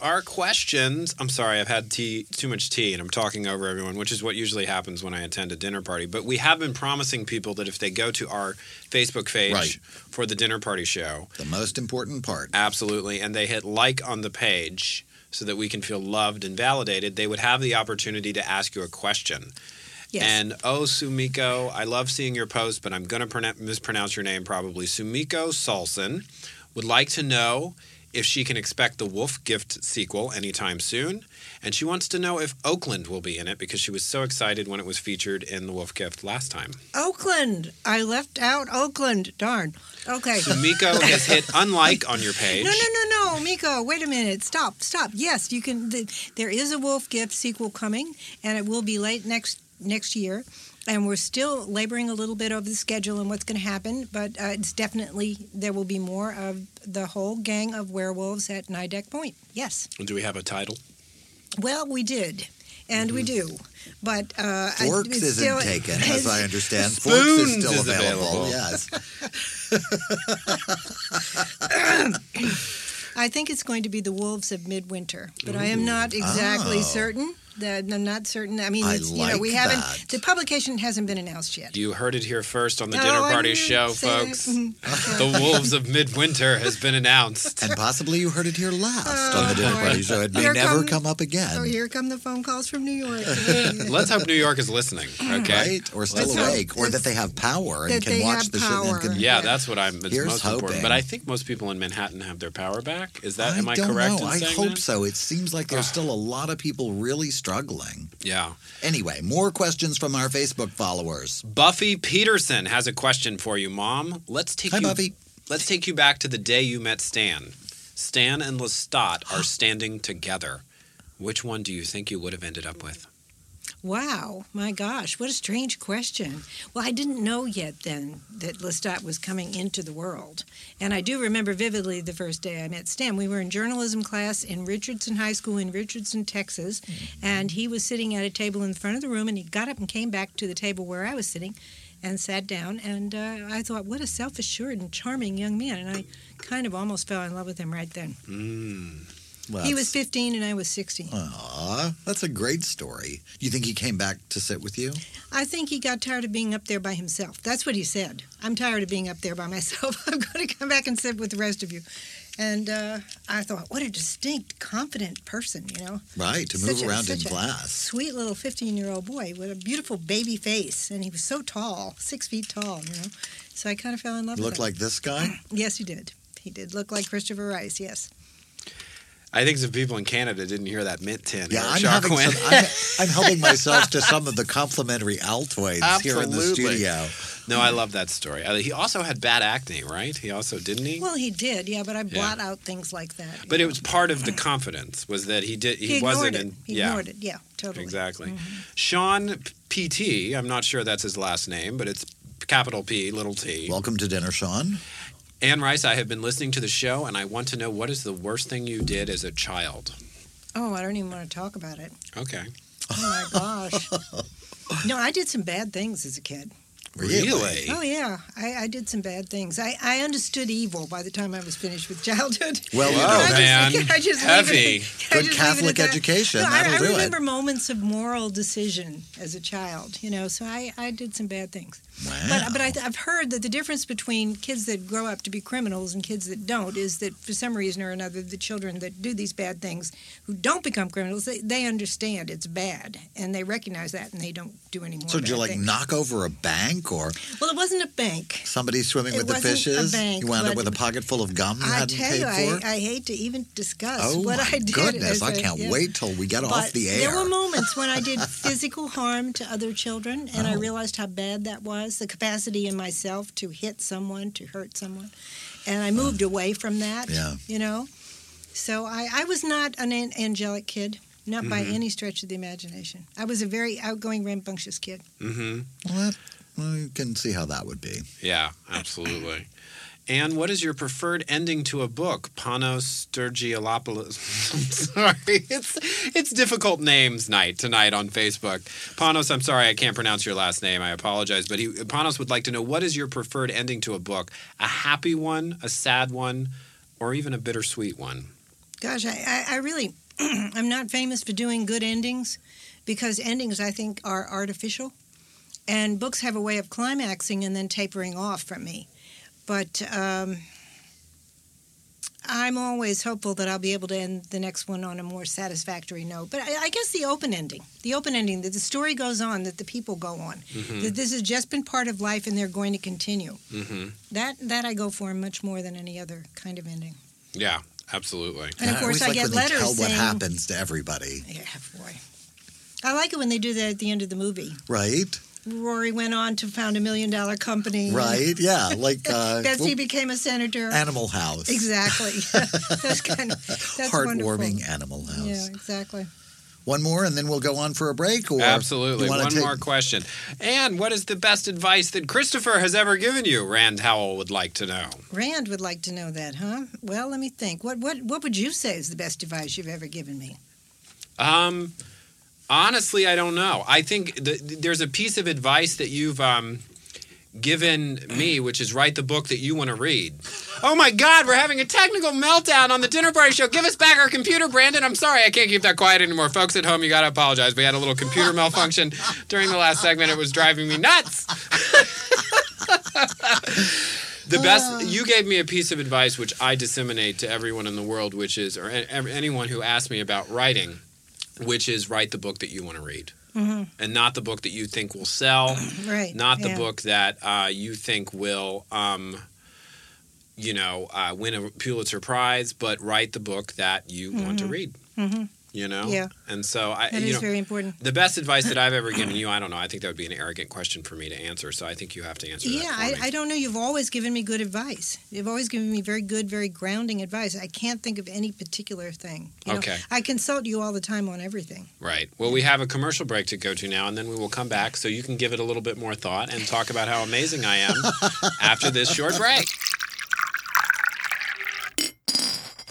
B: Our questions. I'm sorry, I've had tea, too much tea, and I'm talking over everyone, which is what usually happens when I attend a dinner party. But we have been promising people that if they go to our Facebook page
F: Right.
B: for the dinner party show,
F: The most important part.
B: Absolutely. And they hit like on the page so that we can feel loved and validated. They would have the opportunity to ask you a question.
D: Yes.
B: And oh, Sumiko, I love seeing your post, but I'm going to pronoun mispronounce your name probably. Sumiko Salson would like to know if she can expect the Wolf Gift sequel anytime soon. And she wants to know if Oakland will be in it because she was so excited when it was featured in the Wolf Gift last time.
D: Oakland. I left out Oakland. Darn. Okay.
B: Sumiko has hit unlike on your page.
D: No, no, no, no, Miko. Wait a minute. Stop, stop. Yes, you can. The, there is a Wolf Gift sequel coming, and it will be late next next year. And we're still laboring a little bit over the schedule and what's going to happen, but uh, it's definitely there will be more of the whole gang of werewolves at Nideck Point. Yes.
B: Do we have a title?
D: Well, we did, and we do, but uh, I-
F: Mm-hmm. Forks
D: it's
F: isn't
D: still-
F: taken, as I understand. Forks
G: Spoons
F: is still
G: is
F: available.
G: available.
F: Yes.
D: I think it's going to be the Wolves of Midwinter, but I am not exactly
F: Oh.
D: certain. That I'm not certain. I mean,
F: I
D: it's, you know, we
F: like
D: haven't.
F: that.
D: The publication hasn't been announced yet.
B: You heard it here first on the
D: No,
B: Dinner
D: I
B: Party
D: didn't
B: Show,
D: say that.
B: folks.
D: Mhm.
B: the Wolves of Midwinter has been announced.
F: And possibly you heard it here last on the dinner
D: Oh, boy.
F: party, so it may
D: Here
F: never
D: come-
F: come up again.
D: Oh, here come the phone calls from New York.
B: Let's hope New York is listening. Okay.
F: Right? Or still
D: Let's hope
F: awake, or that they have power and
D: that
F: can
D: they
F: watch
D: have
F: the show and
D: power.
F: can
B: Yeah, that's what I'm. It's
F: Here's
B: most important.
F: hoping.
B: But I think most people in Manhattan have their power back. Is that?
F: I
B: am I
F: don't
B: correct?
F: know.
B: In
F: I
B: saying
F: hope
B: that?
F: so. It seems like there's still a lot of people really struggling.
B: Yeah.
F: Anyway, more questions from our Facebook followers.
B: Buffy Peterson has a question for you, Mom. Let's take
F: Hi,
B: you.
F: Buffy.
B: Let's take you back to the day you met Stan. Stan and Lestat are standing together. Which one do you think you would have ended up with?
D: Wow, my gosh, what a strange question. Well, I didn't know yet then that Lestat was coming into the world. And I do remember vividly the first day I met Stan. We were in journalism class in Richardson High School in Richardson, Texas. And he was sitting at a table in front of the room and he got up and came back to the table where I was sitting and sat down. And uh, I thought, what a self assured and charming young man. And I kind of almost fell in love with him right then.
B: Hmm.
F: Well,
D: He was 15 and I was 16.
F: Aw, that's a great story. You think he came back to sit with you?
D: I think he got tired of being up there by himself. That's what he said. I'm tired of being up there by myself. I'm going to come back and sit with the rest of you. And uh, I thought, what a distinct, confident person, you know.
F: Right, to move
D: Such a-
F: around in
D: such a
F: class.
D: Sweet little 15 year old boy with a beautiful baby face. And he was so tall, six feet tall, you know. So I kind of fell in love
F: You
D: with
F: look
D: him.
F: like this guy?
D: Yes, he did. He did look like Christopher Rice, yes.
B: I think some people in Canada didn't hear that mint tin.
F: Yeah,
B: or
F: I'm
B: shock
F: having
B: win.
F: some, I'm, I'm helping myself to some of the complimentary Altoids here in the
B: Absolutely.
F: studio.
B: No, I love that story. Uh, He also had bad acne, right? He also didn't he?
D: Well, he did, yeah, but I blot out things like that. you
B: but it
D: know.
B: was part of the confidence was that he did he,
D: he ignored
B: wasn't
D: it.
B: in
D: he
B: yeah
D: ignored it, yeah, totally.
B: exactly. Sean PT, I'm not sure that's his last name, but it's capital P little T.
F: Welcome to dinner, Sean.
B: Anne Rice, I have been listening to the show and I want to know what is the worst thing you did as a child.
D: Oh, I don't even want to talk about it.
B: Okay.
D: Oh my gosh. No, I did some bad things as a kid.
B: Really?
D: Oh yeah, I, I did some bad things. I, I understood evil by the time I was finished with childhood.
F: Well, you
D: Can
F: know,
D: I just-
B: man.
D: can I just leave it-
B: Heavy.
D: can
F: Good
D: I just leave it at
F: Catholic
D: that?
F: education,
D: No, I,
F: that'll
D: I
F: do it.
D: remember moments of moral decision as a child. You know, so I, I did some bad things.
F: Wow.
D: But but I, I've heard that the difference between kids that grow up to be criminals and kids that don't is that for some reason or another, the children that do these bad things who don't become criminals, they, they understand it's bad and they recognize that and they don't do any more.
F: so did you
D: bad
F: like
D: things.
F: knock over a bank or
D: Well, it wasn't a bank.
F: somebody swimming
D: It
F: with the
D: wasn't a
F: fishes?
D: bank,
F: you wound up
D: but-
F: with a pocket full of gum you
D: I
F: hadn't
D: tell
F: paid
D: you, I,
F: for.
D: I hate to even discuss
F: oh
D: what
F: my
D: I did.
F: goodness!
D: as
F: I
D: a-
F: can't
D: yeah.
F: wait till we get off
D: But
F: the air.
D: There were moments when I did physical harm to other children, and I
F: Oh.
D: realized how bad that was the capacity in myself to hit someone, to hurt someone. And I moved away from that,
F: Oh. Yeah.
D: you know? So I, I was not an an- angelic kid. Not by
F: Mm-hmm.
D: any stretch of the imagination. I was a very outgoing, rambunctious kid.
B: Mm-hmm.
F: Well, that, well, you can see how that would be.
B: Yeah, absolutely. And what is your preferred ending to a book? Panos Sturgiolopoulos. I'm sorry, it's it's difficult names night tonight on Facebook. Panos, I'm sorry, I can't pronounce your last name. I apologize, but he, Panos would like to know what is your preferred ending to a book? A happy one, a sad one, or even a bittersweet one?
D: Gosh, I, I, I really, I'm not famous for doing good endings because endings, I think, are artificial. And books have a way of climaxing and then tapering off from me. But um, I'm always hopeful that I'll be able to end the next one on a more satisfactory note. But I, I guess the open ending, the open ending, that the story goes on, that the people go on,
F: Mm-hmm.
D: that this has just been part of life and they're going to continue.
B: Mm-hmm.
D: That, that I go for much more than any other kind of ending.
B: Yeah, absolutely.
D: And of
F: I
D: course,
F: always
D: I
F: Uh, like
D: get
F: when they
D: letters
F: tell what
D: saying-
F: happens to everybody,
D: Yeah, boy. I like it when they do that at the end of the movie.
F: right?
D: Rory went on to found a million dollar company.
F: Right? Yeah, like uh,
D: Betsy
F: well,
D: became a senator.
F: Animal House.
D: exactly. that's kind of that's
F: Heartwarming
D: Wonderful.
F: Animal House.
D: Yeah, exactly.
F: One more, and then we'll go on for a break. Or
B: Absolutely.
F: you wanna
B: One
F: take-
B: more question. And what is the best advice that Christopher has ever given you? Rand Howell would like to know.
D: Rand would like to know that, huh? Well, let me think. What what what would you say is the best advice you've ever given me?
B: Um, honestly, I don't know. I think th- th- there's a piece of advice that you've um, given me, which is write the book that you want to read. Oh my God, we're having a technical meltdown on the dinner party show. Give us back our computer, Brandon. I'm sorry, I can't keep that quiet anymore. Folks at home, you got to apologize. We had a little computer malfunction during the last segment. It was driving me nuts. the best you gave me a piece of advice which I disseminate to everyone in the world, which is or a- a- anyone who asks me about writing, which is write the book that you want to read. And not the book that you think will sell,
D: Right.
B: not the
D: Mm-hmm. yeah.
B: book that uh, you think will, um, you know, uh, win a Pulitzer Prize, but write the book that you want to read. You know,
D: Mm-hmm. Yeah.
B: And so I,
D: That is
B: you know,
D: very important.
B: the best advice that I've ever given you, I don't know. I think that would be an arrogant question for me to answer. So I think you have to answer.
D: Yeah,
B: that for
D: I,
B: me.
D: I don't know. You've always given me good advice. You've always given me very good, very grounding advice. I can't think of any particular thing. You know,
B: Okay.
D: I consult you all the time on everything.
B: Right. Well, we have a commercial break to go to now, and then we will come back so you can give it a little bit more thought and talk about how amazing I am after this short break.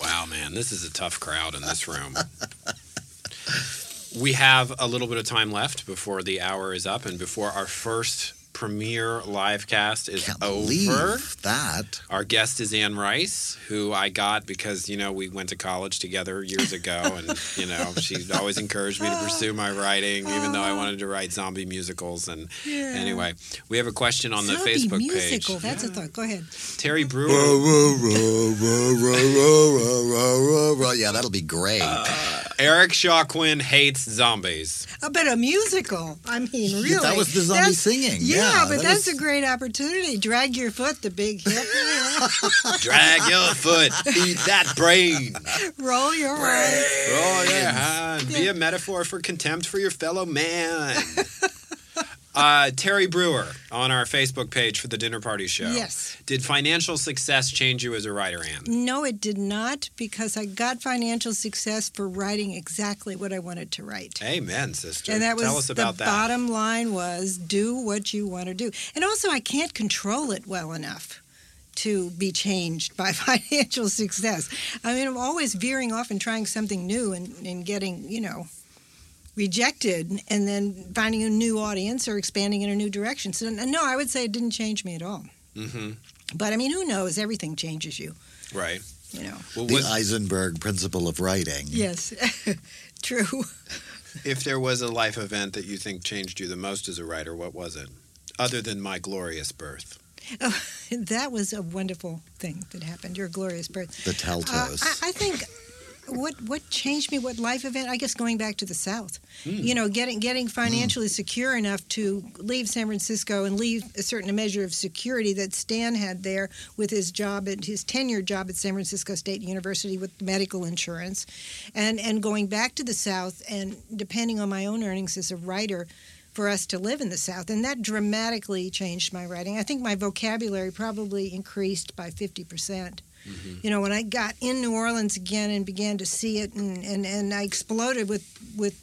B: Wow, man, this is a tough crowd in this room. We have a little bit of time left before the hour is up and before our first premiere live cast is
F: Can't
B: over.
F: believe that.
B: Our guest is Ann Rice, who I got because, you know, we went to college together years ago. And, you know, she always encouraged me to pursue my writing, even though I wanted to write zombie musicals. And anyway, we have a question on the
D: Zombie
B: Facebook
D: musical.
B: page.
D: That's a thought. Go ahead.
B: Terry Brewer.
F: Row, row, row, row, row, row, row, row, row. Yeah, that'll be great.
B: Uh, Eric Shaw Quinn hates zombies.
D: I bet Uh, a musical. I mean, really.
F: Yeah, that was the zombie
D: That's-
F: singing.
D: Yeah,
F: Yeah,
D: but
F: that
D: that's
F: was-
D: a great opportunity. Drag your foot, the big hip.
B: Drag your foot, eat that brain.
D: Roll your eyes.
B: Oh yeah, and be a metaphor for contempt for your fellow man. uh, Terry Brewer on our Facebook page for the Dinner Party Show.
D: Yes.
B: Did financial success change you as a writer, Anne?
D: No, it did not because I got financial success for writing exactly what I wanted to write.
B: Amen, sister.
D: And that was
B: Tell us about that.
D: the bottom line was do what you want to do. And also I can't control it well enough to be changed by financial success. I mean I'm always veering off and trying something new and, and getting, you know, rejected and then finding a new audience or expanding in a new direction. So, n- no, I would say it didn't change me at all.
B: hmm
D: But I mean, who knows? Everything changes you,
B: Right.
D: you know.
B: Well,
F: The uh,
B: was,
F: Eisenberg principle of writing.
D: Yes, true.
B: if there was a life event that you think changed you the most as a writer, what was it? Other than my glorious birth.
D: That was a wonderful thing that happened. Your glorious birth.
F: The
D: Uh,
F: Teltos.
D: I, I think what what changed me, what life event? I guess going back to the South. You know, getting getting financially secure enough to leave San Francisco and leave a certain measure of security that Stan had there with his job at his tenure job at San Francisco State University with medical insurance, and and going back to the South and depending on my own earnings as a writer. For us to live in the South, and that dramatically changed my writing. I think my vocabulary probably increased by fifty percent you know when i got in new orleans again and began to see it and, and, and i exploded with, with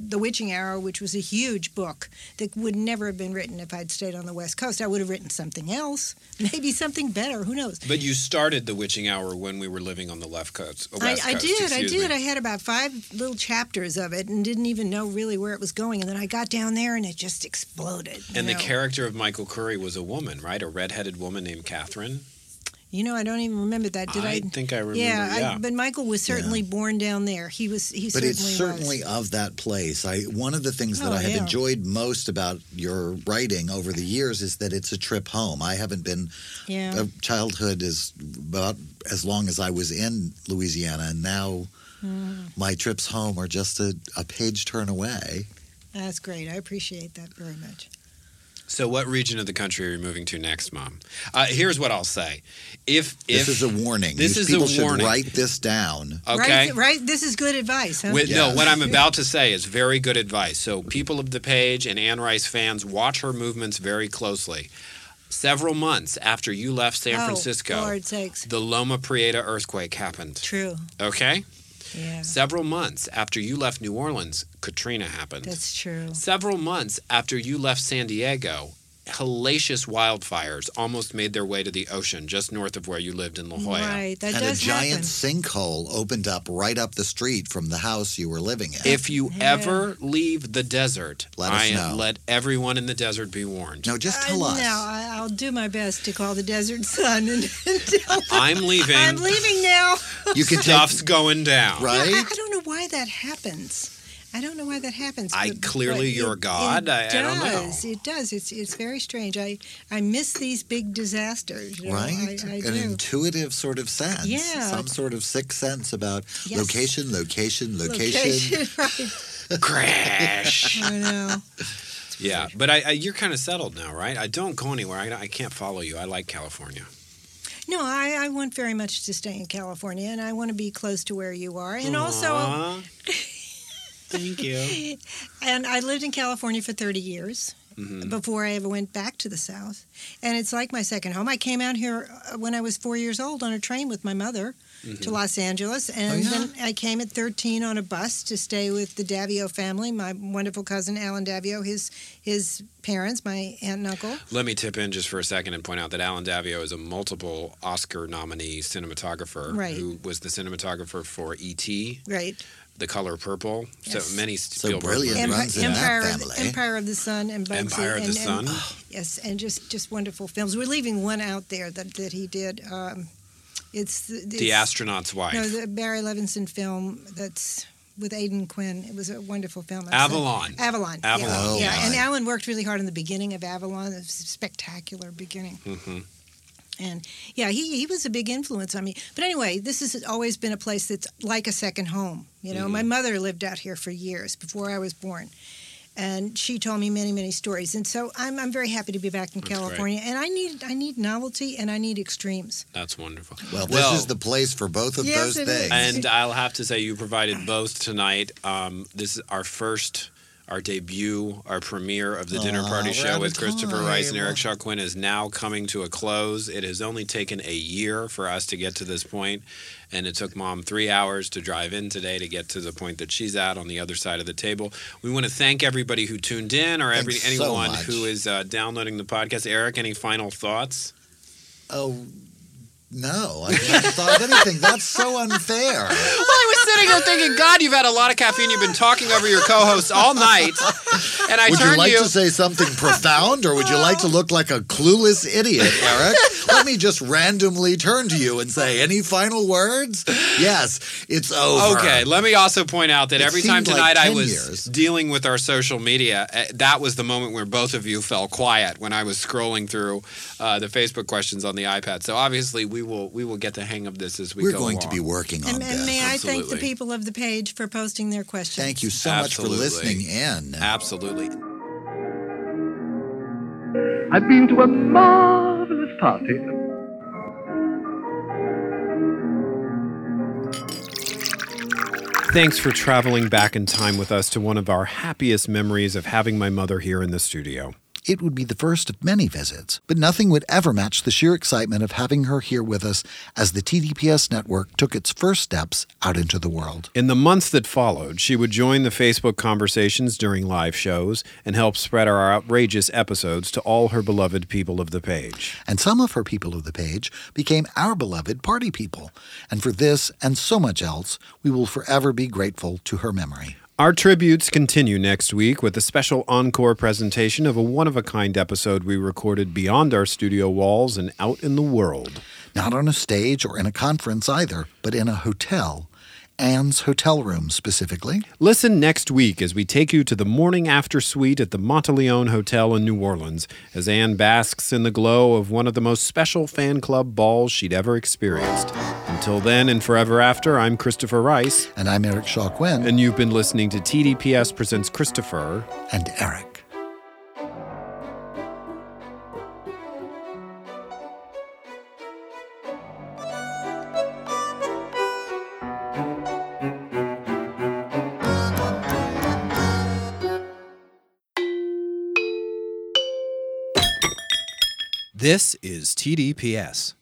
D: the witching hour which was a huge book that would never have been written if i'd stayed on the west coast i would have written something else maybe something better who knows
B: But you started the witching hour when we were living on the left coast. uh,
D: I,
B: West
D: I
B: Coast,
D: did i
B: excuse
D: did
B: me.
D: i had about five little chapters of it and didn't even know really where it was going and then i got down there and it just exploded you
B: and the
D: know.
B: character of Michael Curry was a woman, right? A redheaded woman named Catherine.
D: you know i don't even remember that did i,
B: think I remember.
D: yeah,
B: Yeah.
D: I- but michael was certainly born down there he was he
F: but
D: certainly
F: it's
D: was.
F: certainly of that place. I one of the things that
D: Oh,
F: I have
D: yeah.
F: enjoyed most about your writing over the years is that it's a trip home. I haven't been
D: yeah
F: uh, childhood is about as long as I was in Louisiana, and now
D: Mm.
F: my trips home are just a, a page turn away.
D: That's great. I appreciate that very much.
B: so, what region of the country are you moving to next, Mom? Uh, here's what I'll say: If if
F: this is a warning.
B: this
F: You
B: is a
F: people
B: warning.
F: should write this down.
B: okay,
D: Right, right. This is good advice, huh?
B: With, No,
F: Yes.
B: what I'm about to say is very good advice. So, people of the page and Anne Rice fans, watch her movements very closely. Several months after you left San
D: Oh,
B: Francisco,
D: Lord sakes.
B: the Loma Prieta earthquake happened.
D: True.
B: Okay?
D: Yeah.
B: Several months after you left New Orleans, Katrina happened.
D: That's true.
B: Several months after you left San Diego, hellacious wildfires almost made their way to the ocean just north of where you lived in La Jolla.
D: Right. That
F: and a
D: does
F: giant
D: happen.
F: sinkhole opened up right up the street from the house you were living in.
B: If you
D: Yeah.
B: ever leave the desert,
F: Let us
B: I am,
F: know.
B: let everyone in the desert be warned.
F: no, just tell
D: I,
F: us.
D: Uh, No, I, I'll do my best to call the desert sun and, and tell them
B: I'm leaving.
D: I'm leaving now.
F: You can take
B: Stuff's going down.
D: I,
F: right.
D: I don't know why that happens. I don't know why that happens.
B: I-
D: but-
B: clearly
D: but
B: you're
D: it-
B: God.
D: It
B: I- I don't know.
D: does. It does. It's it's very strange. I I miss these big disasters. you know.
F: Right?
D: I, I
F: An
D: do.
F: intuitive sort of sense.
D: Yeah.
F: Some sort of sixth sense about
D: Yes.
F: location, location, location.
D: right.
B: Crash.
D: I know.
B: yeah, but I, I, you're kind of settled now, right? I don't go anywhere. I, I can't follow you. I like California.
D: No, I, I want very much to stay in California, and I want to be close to where you are. And also,
B: Aw. thank you.
D: and I lived in California for 30 years before I ever went back to the South. And it's like my second home. I came out here uh, when I was four years old on a train with my mother to Los Angeles, and
F: yeah?
D: then I came at 13 on a bus to stay with the Davio family, my wonderful cousin Alan Davio, his his parents, my aunt and uncle.
B: Let me tip in just for a second and point out that Alan Davio is a multiple Oscar nominee cinematographer
D: Right.
B: who was the cinematographer for E.T.,
D: Right.
B: The Color Purple.
D: Yes.
B: So many
F: So
B: Spielberg
F: brilliant, Em-
B: movies.
F: runs in that
D: Empire,
F: family.
D: Of the, Empire of the Sun and Bugsy.
B: Empire of the
D: and- and-
B: Sun.
D: yes, and just just wonderful films. We're leaving one out there that, that he did. Um, it's the,
B: The
D: it's-
B: Astronaut's Wife.
D: No, the Barry Levinson film that's with Aidan Quinn. It was a wonderful film. I saw-
B: Avalon.
D: Avalon. yeah.
B: Avalon.
F: Oh,
D: Yeah,
F: my.
D: and Alan worked really hard on the beginning of Avalon. It was a spectacular beginning.
B: Mhm.
D: And yeah, he, he was a big influence on me. But anyway, this has always been a place that's like a second home. You know, my
B: Mm-hmm.
D: mother lived out here for years before I was born. And she told me many, many stories. And so I'm, I'm very happy to be back in
B: great.
D: California. And I need I need novelty and I need extremes.
B: That's wonderful.
F: Well, this is the place for both of
D: Yes,
F: those
D: it
F: things.
D: is.
B: And I'll have to say, you provided both tonight. Um, this is our first, our debut, our premiere of the Dinner
F: Aw,
B: Party
F: we're
B: Show
F: out
B: with
F: of
B: Christopher Rice and
F: time.
B: Eric Shaw Quinn is now coming to a close. It has only taken a year for us to get to this point, and it took Mom three hours to drive in today to get to the point that she's at on the other side of the table. We want to thank everybody who tuned in, or every
F: Thanks so
B: anyone
F: much.
B: who is uh, downloading the podcast. Eric, any final thoughts?
F: oh,
H: No, I haven't thought of anything. That's so unfair.
B: Well, I was sitting there thinking, God, you've had a lot of caffeine. You've been talking over your co-hosts all night, and I
H: would
B: turned
H: you like
B: you.
H: to say something profound, or would you like to look like a clueless idiot, Eric? Let me just randomly turn to you and say, any final words? Yes, it's over.
B: Okay, let me also point out that
H: It
B: every time
H: seemed like
B: tonight I
H: 10
B: was
H: years.
B: dealing with our social media, uh, that was the moment where both of you fell quiet when I was scrolling through uh, the Facebook questions on the iPad. So obviously, we will we will get the hang of this as we
H: We're
B: go
H: going
B: along.
H: to be working on
D: And, and
H: this.
D: may I thank the
B: Oh, Absolutely.
D: people of the page for posting their questions.
H: Thank you so
B: Absolutely.
H: much for listening in.
B: Absolutely.
C: I've been to a marvelous party.
B: Thanks for traveling back in time with us to one of our happiest memories of having my mother here in the studio.
A: It would be the first of many visits, but nothing would ever match the sheer excitement of having her here with us as the TDPS network took its first steps out into the world.
B: In the months that followed, she would join the Facebook conversations during live shows and help spread our outrageous episodes to all her beloved people of the page.
A: And some of her people of the page became our beloved party people. And for this and so much else, we will forever be grateful to her memory.
B: Our tributes continue next week with a special encore presentation of a one of a kind episode we recorded beyond our studio walls and out in the world.
A: Not on a stage or in a conference either, but in a hotel, Anne's hotel room specifically.
B: Listen next week as we take you to the morning after suite at the Monteleone Hotel in New Orleans as Anne basks in the glow of one of the most special fan club balls she'd ever experienced. Until then and forever after, I'm Christopher Rice,
A: And I'm Eric Shaw Quinn
B: and you've been listening to TDPS Presents Christopher.
A: and Eric.
B: This is TDPS.